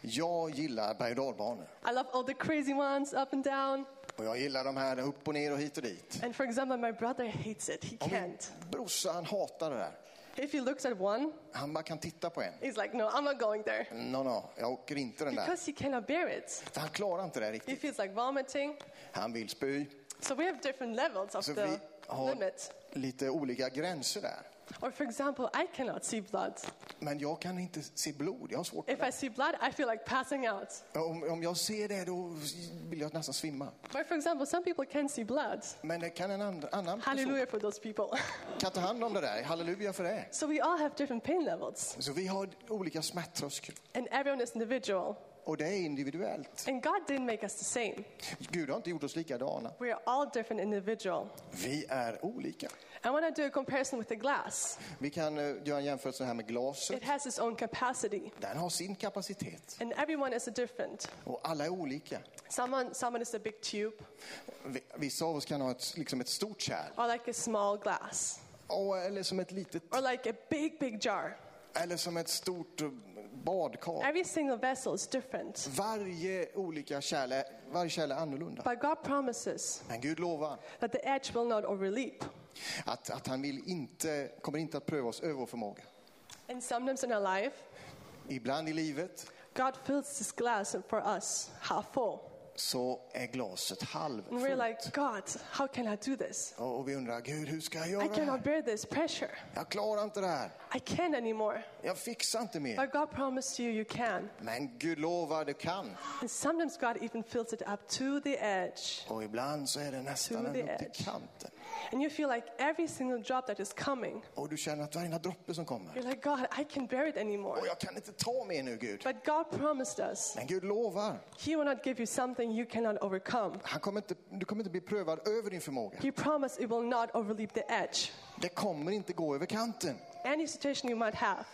Jag gillar berg och dalbanor. I love all the crazy ones, up and down. Och jag gillar de här upp och ner och hit och dit. And for example, my brother hates it. He Och min can't. brorsa han hatar det där. If he looks at one, Han bara kan titta på en. he's like, no, I'm not going there. No, no, jag åker inte den där. Because he cannot bear it. För han klarar inte det He riktigt. feels like vomiting. Han vill spy. So we have different levels of Så vi the har limit. lite olika gränser där. Or for example, I cannot see blood. Men jag kan inte se blod. Jag har svårt med If I see blood, I feel like passing out. det. Om, om jag ser det då vill jag nästan svimma. But for example, some people can see blood. Men det kan en and, annan person Hallelujah for those people. kan ta hand om det där. Halleluja för det. so we all have different pain levels, Så vi har olika smärttröskel. and everyone is individual. Och det är individuellt. And God didn't make us the same. Gud har inte gjort oss likadana. We are all different individual. Vi är olika. I want to do a comparison with the glass. Vi kan eh, göra en jämförelse här med glaset. It has its own capacity, Den har sin kapacitet. and everyone is different. Och alla är olika. Someone, someone is a big tube, Vi- Vissa av oss kan ha ett, liksom ett stort kärl. or like a small glass, Och, eller som ett litet, or like a big, big jar. eller som ett stort eh, badkar. Every single vessel is different. Varje olika kärl är, varje kärl är annorlunda. But God promises Men Gud lovar that the edge will not overleap. att, att han vill inte, kommer inte att pröva oss över vår förmåga. And sometimes in our life, Ibland i livet, God fills this glass for us half full. så är glaset And we're halvfullt. like, God, how can I do this? Och och vi undrar, Gud, hur ska jag I göra det cannot här? bear this pressure. Jag klarar inte det här. I can't anymore. Jag fixar inte mer. But God promised you, you can. Men Gud lovar, du kan. And sometimes God even fills it up to the edge. Och ibland så är det nästan To the ända upp edge. till kanten. And you feel like every single drop that is coming, Och du känner att varenda droppe som kommer. you're like, God, I can't bear it anymore. Och jag kan inte ta mer nu, Gud. But God promised us, Men Gud lovar. He will not give you something you cannot overcome. Han kommer inte, du kommer inte bli prövad över din förmåga. He promised it will not overleap the edge. Det kommer inte gå över kanten. Any situation you might have,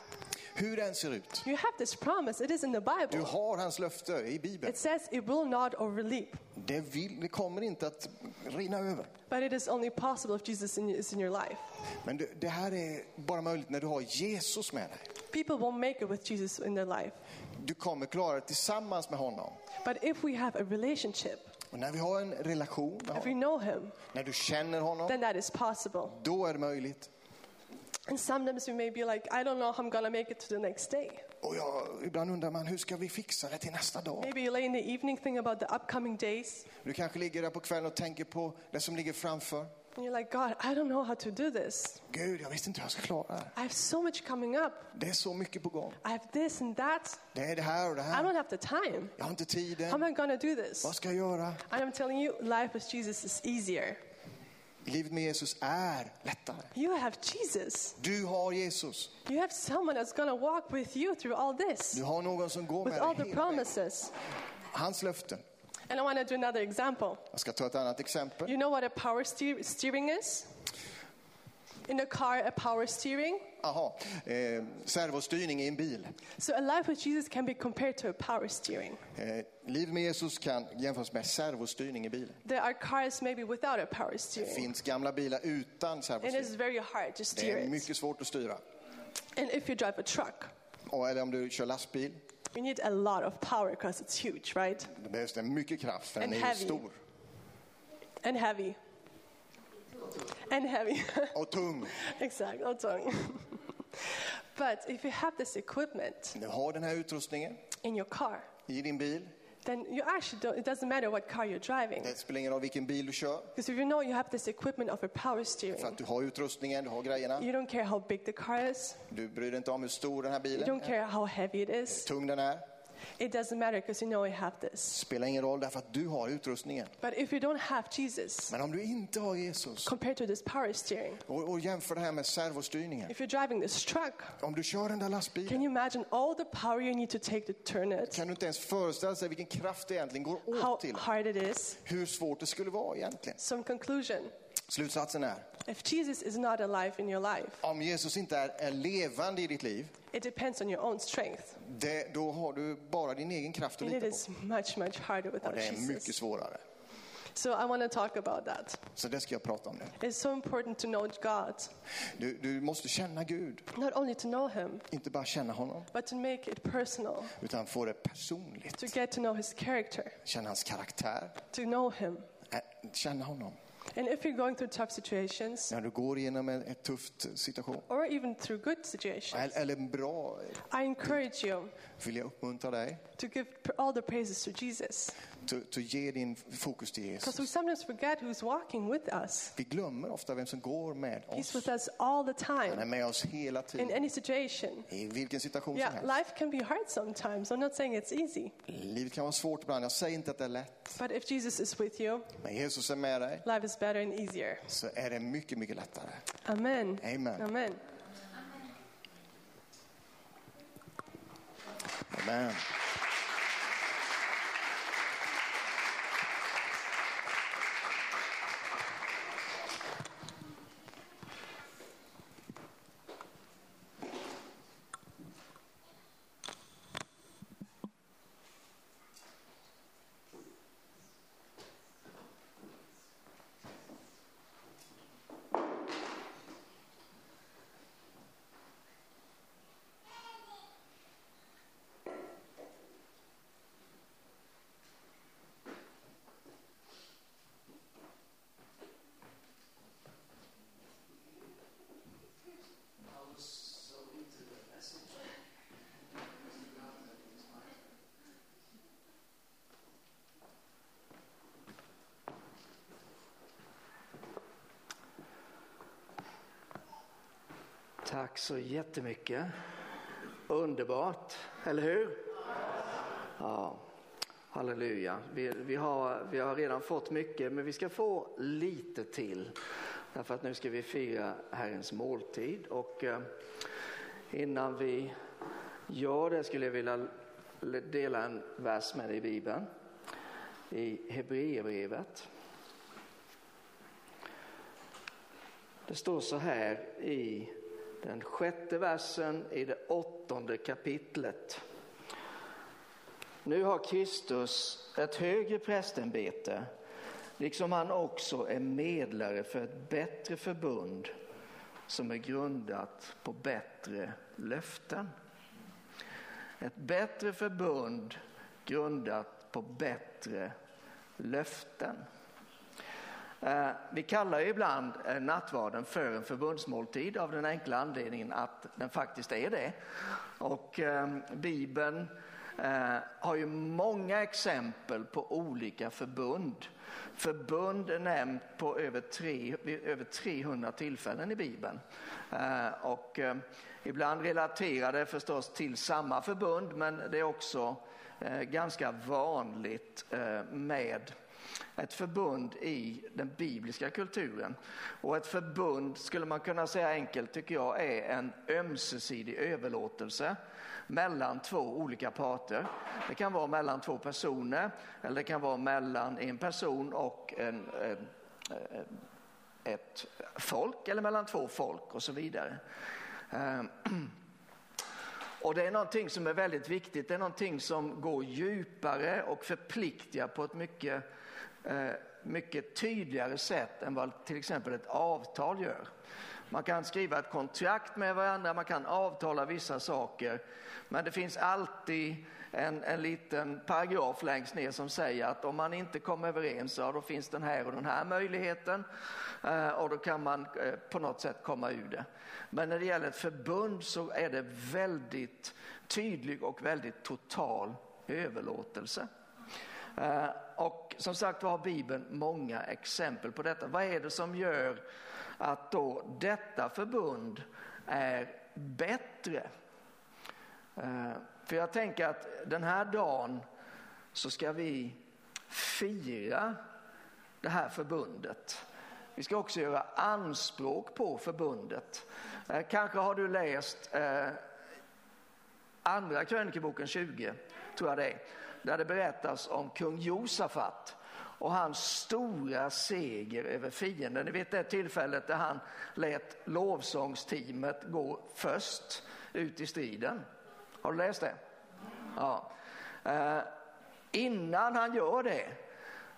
Hur den ser ut. you have this promise. It is in the Du Bible. har hans löfte i Bibeln. It says it will not overleap, Det, vill, det kommer inte att rinna över. but it is only possible if Jesus in- is in your life. Men du, det här är bara möjligt när du har Jesus med dig. People won't make it with Jesus in their life. Du kommer klara det tillsammans med honom. But if we have a relationship, Och när vi har en relation med if we honom, know Him, när du känner honom, then that is possible. då är det möjligt. And sometimes we may be like, I don't know how I'm going to make it to the next day. Och jag, ibland undrar man, hur ska vi fixa det till nästa dag? Maybe you lay in the evening, think about the upcoming days, Du kanske ligger där på kvällen och tänker på det som ligger framför. and you're like, God, I don't know how to do this. Gud, jag visste inte hur jag ska klara det här. I have so much coming up. Det är så mycket på gång. I have this and that. Det är det här och det I här. don't have the time. Jag har inte How am tiden. I going to do this? Vad ska jag göra? And I'm telling you, life with Jesus is easier. Livet med Jesus är lättare. You have Jesus. Du har Jesus. You have someone that's going to walk with you through all this, Du har någon som går med with all the dig. hela vägen. promises. Hans löften. And I want to do another example. Jag ska ta ett annat exempel. You know what a power steer- steering is? In a car, a power steering. Aha, eh, servostyrning i en bil. So a life with Jesus can be compared to a power steering. Eh, liv med Jesus kan jämföras med servostyrning i bilen. There are cars maybe without a power Det steering. finns gamla bilar utan And it's servostyrning. very hard to Det steer är it. mycket svårt att styra. And if you drive a truck, Och, eller om du kör lastbil, you need a lot of power because it's huge, right? då behövs det mycket kraft för den And är ju heavy. stor. And heavy. And heavy. Och tung. exactly, not tongue. but if you have this equipment Du har den här utrustningen in your car, i din bil. then you actually don't, it doesn't matter what car you're driving. Det spelar ingen roll vilken bil du kör. Because if you know you have this equipment of a power steering, För att du har utrustningen, du har grejerna. you don't care how big the car is, Du bryr dig inte om hur stor den här you bilen don't är. care how heavy it hur is. tung den är. It doesn't matter because you know you have this. spelar ingen roll därför att du har utrustningen. But if you don't have Jesus, Men om du inte har Jesus compared to this power steering, och, och jämför det här med servostyrningen. if you're driving this truck, Om du kör den där can lastbilen you imagine all the power you need to take to turn it? kan du inte ens föreställa dig vilken kraft det egentligen går How åt till. hard it is? Hur svårt det skulle vara egentligen. So, in conclusion, Slutsatsen är, if Jesus is not alive in your life, om Jesus inte är, är levande i ditt liv, it depends on your own strength. det, då har du bara din egen kraft att And it lita på. is much, much harder Och without det är mycket Jesus. svårare. So, I want to talk about that. Så det ska jag prata om nu. It's so important to know God, Du, du måste känna Gud, not only to know Him, inte bara känna honom, but to make it personal, utan få det personligt. to get to know His character, Känna hans karaktär, to know Him. Äh, känna honom. And if you're going through tough situations, När du går igenom en, en tufft situation, or even through good situations, eller, eller en bra, I encourage you vill jag uppmuntra dig to give pr- all the praises to Jesus. till till att ge din fokus till Because we Jesus. sometimes forget who's walking with us. Vi glömmer ofta vem som går med He's oss. with us all the Han är time, med oss hela in tiden, any situation. i vilken situation som Yeah, helst. life can be hard sometimes. I'm not saying it's easy. Livet kan vara svårt ibland, jag säger inte att det är lätt. But if Jesus is with you, Men Jesus är med dig, life is better and easier. så är det mycket, mycket lättare. Amen. Amen. Amen. Amen. Tack så jättemycket. Underbart, eller hur? Ja, halleluja. Vi, vi, har, vi har redan fått mycket, men vi ska få lite till. Därför att nu ska vi fira Herrens måltid. Och eh, innan vi gör det skulle jag vilja l- dela en vers med dig i Bibeln. I Hebreerbrevet. Det står så här i den sjätte versen i det åttonde kapitlet. Nu har Kristus ett högre prästämbete, liksom han också är medlare för ett bättre förbund som är grundat på bättre löften. Ett bättre förbund grundat på bättre löften. Eh, Vi kallar ju ibland eh, nattvarden för en förbundsmåltid av den enkla anledningen att den faktiskt är det. Och eh, Bibeln eh, har ju många exempel på olika förbund. Förbund är nämnt på över, tre, vid över 300 tillfällen i Bibeln. Eh, och, eh, ibland relaterade förstås till samma förbund men det är också eh, ganska vanligt eh, med ett förbund i den bibliska kulturen. Och ett förbund, skulle man kunna säga enkelt, tycker jag är en ömsesidig överlåtelse mellan två olika parter. Det kan vara mellan två personer eller det kan vara mellan en person och en, en, eh, ett folk eller mellan två folk och så vidare. Eh, och det är någonting som är väldigt viktigt. Det är någonting som går djupare och förpliktigar på ett mycket, eh, mycket tydligare sätt än vad till exempel ett avtal gör. Man kan skriva ett kontrakt med varandra, man kan avtala vissa saker. Men det finns alltid en, en liten paragraf längst ner som säger att om man inte kommer överens, ja, då finns den här och den här möjligheten. Eh, och då kan man eh, på något sätt komma ur det. Men när det gäller ett förbund så är det väldigt tydlig och väldigt total överlåtelse. Eh, Och som sagt har Bibeln många exempel på detta. Vad är det som gör att då detta förbund är bättre? Eh, För jag tänker att den här dagen så ska vi fira det här förbundet. Vi ska också göra anspråk på förbundet. Eh, Kanske har du läst eh, Andra krönikeboken 20, tror jag det är, där det berättas om kung Josafat och hans stora seger över fienden. Ni vet det tillfället där han lät lovsångsteamet gå först ut i striden. Har du läst det? Ja. Eh, innan han gör det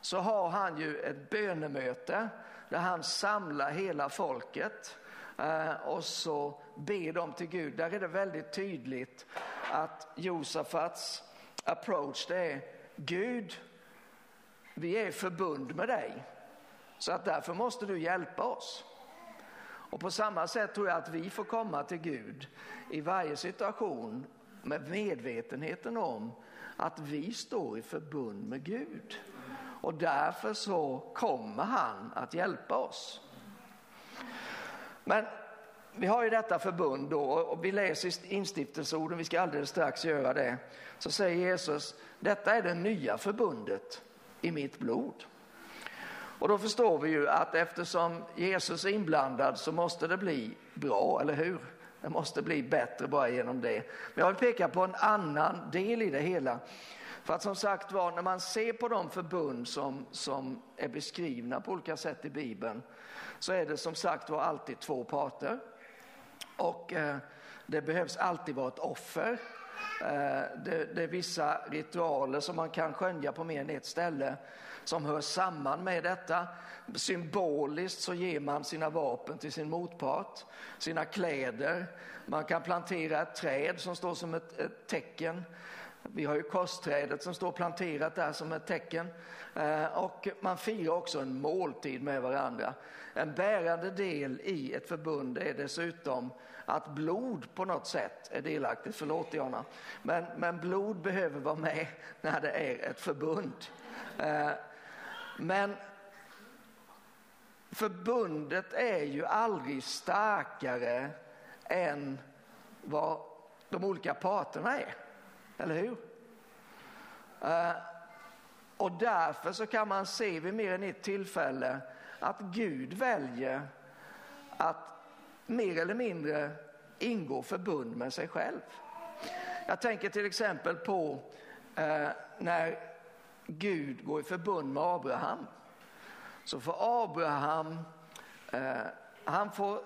så har han ju ett bönemöte där han samlar hela folket eh, och så ber de till Gud. Där är det väldigt tydligt att Josafats approach det är Gud, vi är i förbund med dig så att därför måste du hjälpa oss. Och på samma sätt tror jag att vi får komma till Gud i varje situation med medvetenheten om att vi står i förbund med Gud. Och därför så kommer han att hjälpa oss. Men vi har ju detta förbund då och vi läser instiftelseorden, vi ska alldeles strax göra det. Så säger Jesus, detta är det nya förbundet i mitt blod. Och då förstår vi ju att eftersom Jesus är inblandad så måste det bli bra, eller hur? Det måste bli bättre bara genom det. Men jag vill peka på en annan del i det hela. För att som sagt var, när man ser på de förbund som, som är beskrivna på olika sätt i Bibeln så är det som sagt var alltid två parter. Och eh, det behövs alltid vara ett offer. Eh, det, det är vissa ritualer som man kan skönja på mer än ett ställe som hör samman med detta. Symboliskt så ger man sina vapen till sin motpart, sina kläder. Man kan plantera ett träd som står som ett, ett tecken. Vi har ju korsträdet som står planterat där som ett tecken. Eh, Och man firar också en måltid med varandra. En bärande del i ett förbund är dessutom att blod på något sätt är delaktigt. Förlåt Jonna. Men, men blod behöver vara med när det är ett förbund. Eh, Men förbundet är ju aldrig starkare än vad de olika parterna är. Eller hur? Eh, och därför så kan man se vid mer än ett tillfälle att Gud väljer att mer eller mindre ingå förbund med sig själv. Jag tänker till exempel på eh, när Gud går i förbund med Abraham. Så får Abraham, eh, han får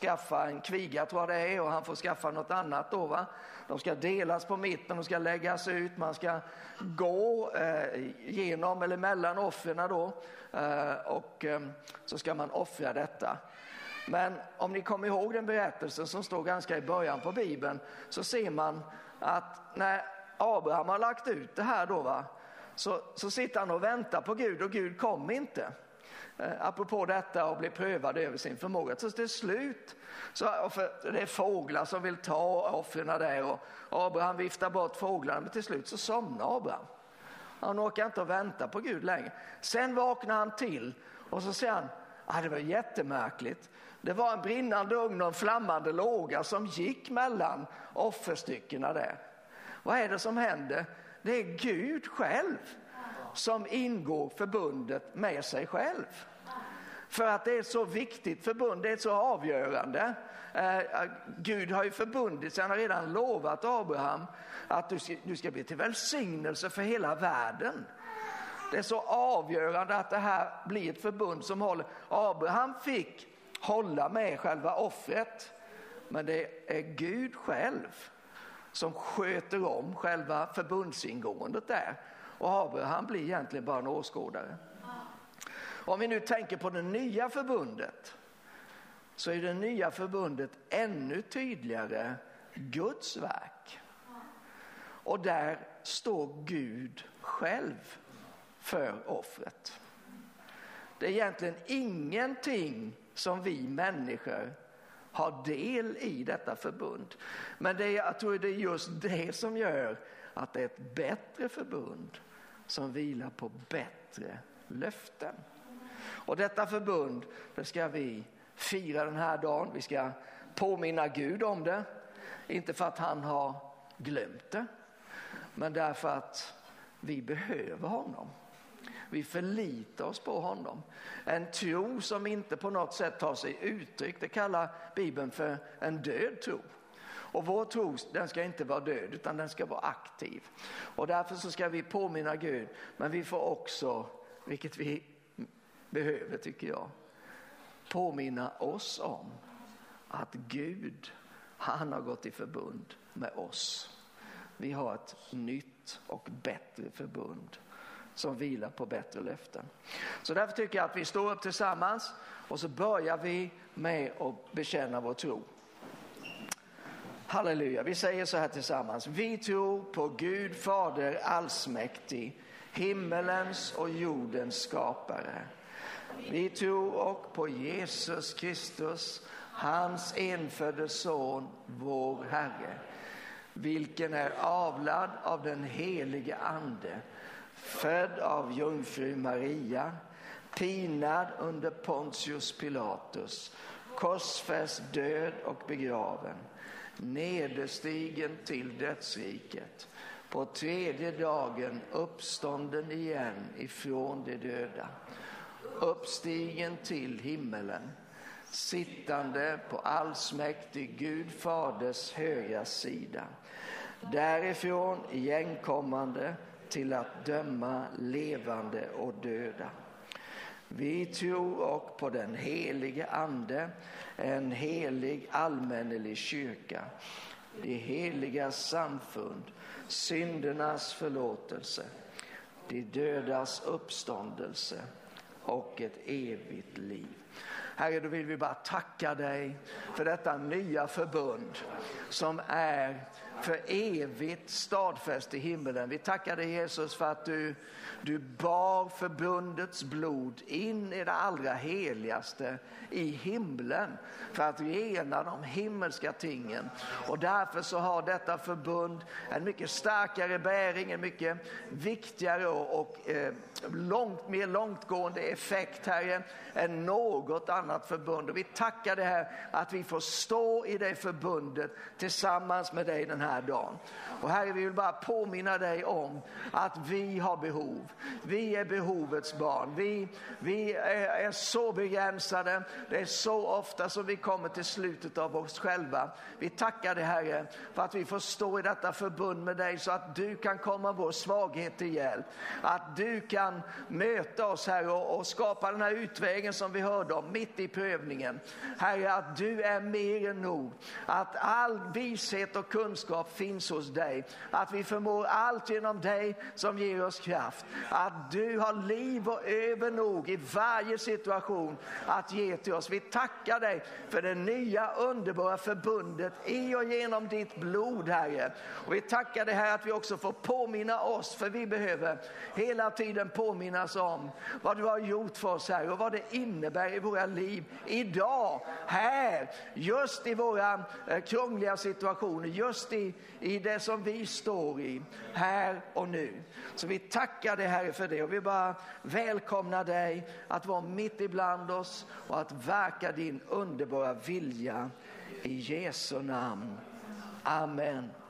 skaffa en kviga tror jag det är och han får skaffa något annat då va. De ska delas på mitten, de ska läggas ut, man ska gå eh, genom eller mellan offren då eh, och eh, så ska man offra detta. Men om ni kommer ihåg den berättelsen som står ganska i början på Bibeln så ser man att när Abraham har lagt ut det här då va, så, så sitter han och väntar på Gud och Gud kom inte. Eh, apropå detta och bli prövad över sin förmåga. Så till slut, så, och för det är fåglar som vill ta offren där och Abraham viftar bort fåglarna men till slut så somnar Abraham. Han orkar inte att vänta på Gud längre. Sen vaknar han till och så säger han, ah, det var jättemärkligt. Det var en brinnande ugn och en flammande låga som gick mellan offerstyckena där. Vad är det som händer? Det är Gud själv som ingår förbundet med sig själv. För att det är ett så viktigt förbund, det är så avgörande. Eh, Gud har ju förbundit sig, han har redan lovat Abraham att du ska, du ska bli till välsignelse för hela världen. Det är så avgörande att det här blir ett förbund som håller. Abraham fick hålla med själva offret, men det är Gud själv som sköter om själva förbundsingåendet där. Och Abraham blir egentligen bara en åskådare. Om vi nu tänker på det nya förbundet så är det nya förbundet ännu tydligare Guds verk. Och där står Gud själv för offret. Det är egentligen ingenting som vi människor har del i detta förbund. Men det, är- jag tror det är just det som gör att det är ett bättre förbund som vilar på bättre löften. Och detta förbund, det ska vi fira den här dagen. Vi ska påminna Gud om det. Inte för att han har glömt det, men därför att vi behöver honom. Vi förlitar oss på honom. En tro som inte på något sätt tar sig uttryck, det kallar Bibeln för en död tro. Och vår tro, den ska inte vara död utan den ska vara aktiv. Och därför så ska vi påminna Gud, men vi får också, vilket vi behöver tycker jag, påminna oss om att Gud, han har gått i förbund med oss. Vi har ett nytt och bättre förbund som vilar på bättre löften. Så därför tycker jag att vi står upp tillsammans och så börjar vi med att bekänna vår tro. Halleluja, vi säger så här tillsammans. Vi tror på Gud Fader allsmäktig, himmelens och jordens skapare. Vi tror och på Jesus Kristus, hans enfödde son, vår Herre, vilken är avlad av den helige Ande, född av jungfru Maria, pinad under Pontius Pilatus, korsfäst, död och begraven, nederstigen till dödsriket, på tredje dagen uppstånden igen ifrån de döda, uppstigen till himmelen, sittande på allsmäktig Gud faders högra sida. Därifrån igenkommande till att döma levande och döda. Vi tror och på den helige Ande, en helig allmännelig kyrka, det heliga samfund, syndernas förlåtelse, de dödas uppståndelse och ett evigt liv. Herre, då vill vi bara tacka dig för detta nya förbund som är för evigt stadfäst i himmelen. Vi tackar dig Jesus för att du, du bar förbundets blod in i det allra heligaste i himlen för att rena de himmelska tingen. Och därför så har detta förbund en mycket starkare bäring, en mycket viktigare och, och eh, långt mer långtgående effekt, Herre, än något något annat förbund. Och vi tackar dig här att vi får stå i det förbundet tillsammans med dig den här dagen. Och Herre, vi vill bara påminna dig om att vi har behov. Vi är behovets barn. Vi, vi är, är så begränsade. Det är så ofta som vi kommer till slutet av oss själva. Vi tackar dig Herre för att vi får stå i detta förbund med dig så att du kan komma vår svaghet till hjälp. Att du kan möta oss Herre och, och skapa den här utvägen som vi hörde om mitt i prövningen. Herre, att du är mer än nog. Att all vishet och kunskap finns hos dig. Att vi förmår allt genom dig som ger oss kraft. Att du har liv och övernog i varje situation att ge till oss. Vi tackar dig för det nya underbara förbundet i och genom ditt blod, Herre. Och vi tackar dig här att vi också får påminna oss, för vi behöver hela tiden påminnas om vad du har gjort för oss, Herre, och vad det innebär i våra liv idag, här, just i våra eh, krångliga situationer, just i, i det som vi står i, här och nu. Så vi tackar dig, Herre, för det och vi bara välkomnar dig att vara mitt ibland oss och att verka din underbara vilja i Jesu namn. Amen.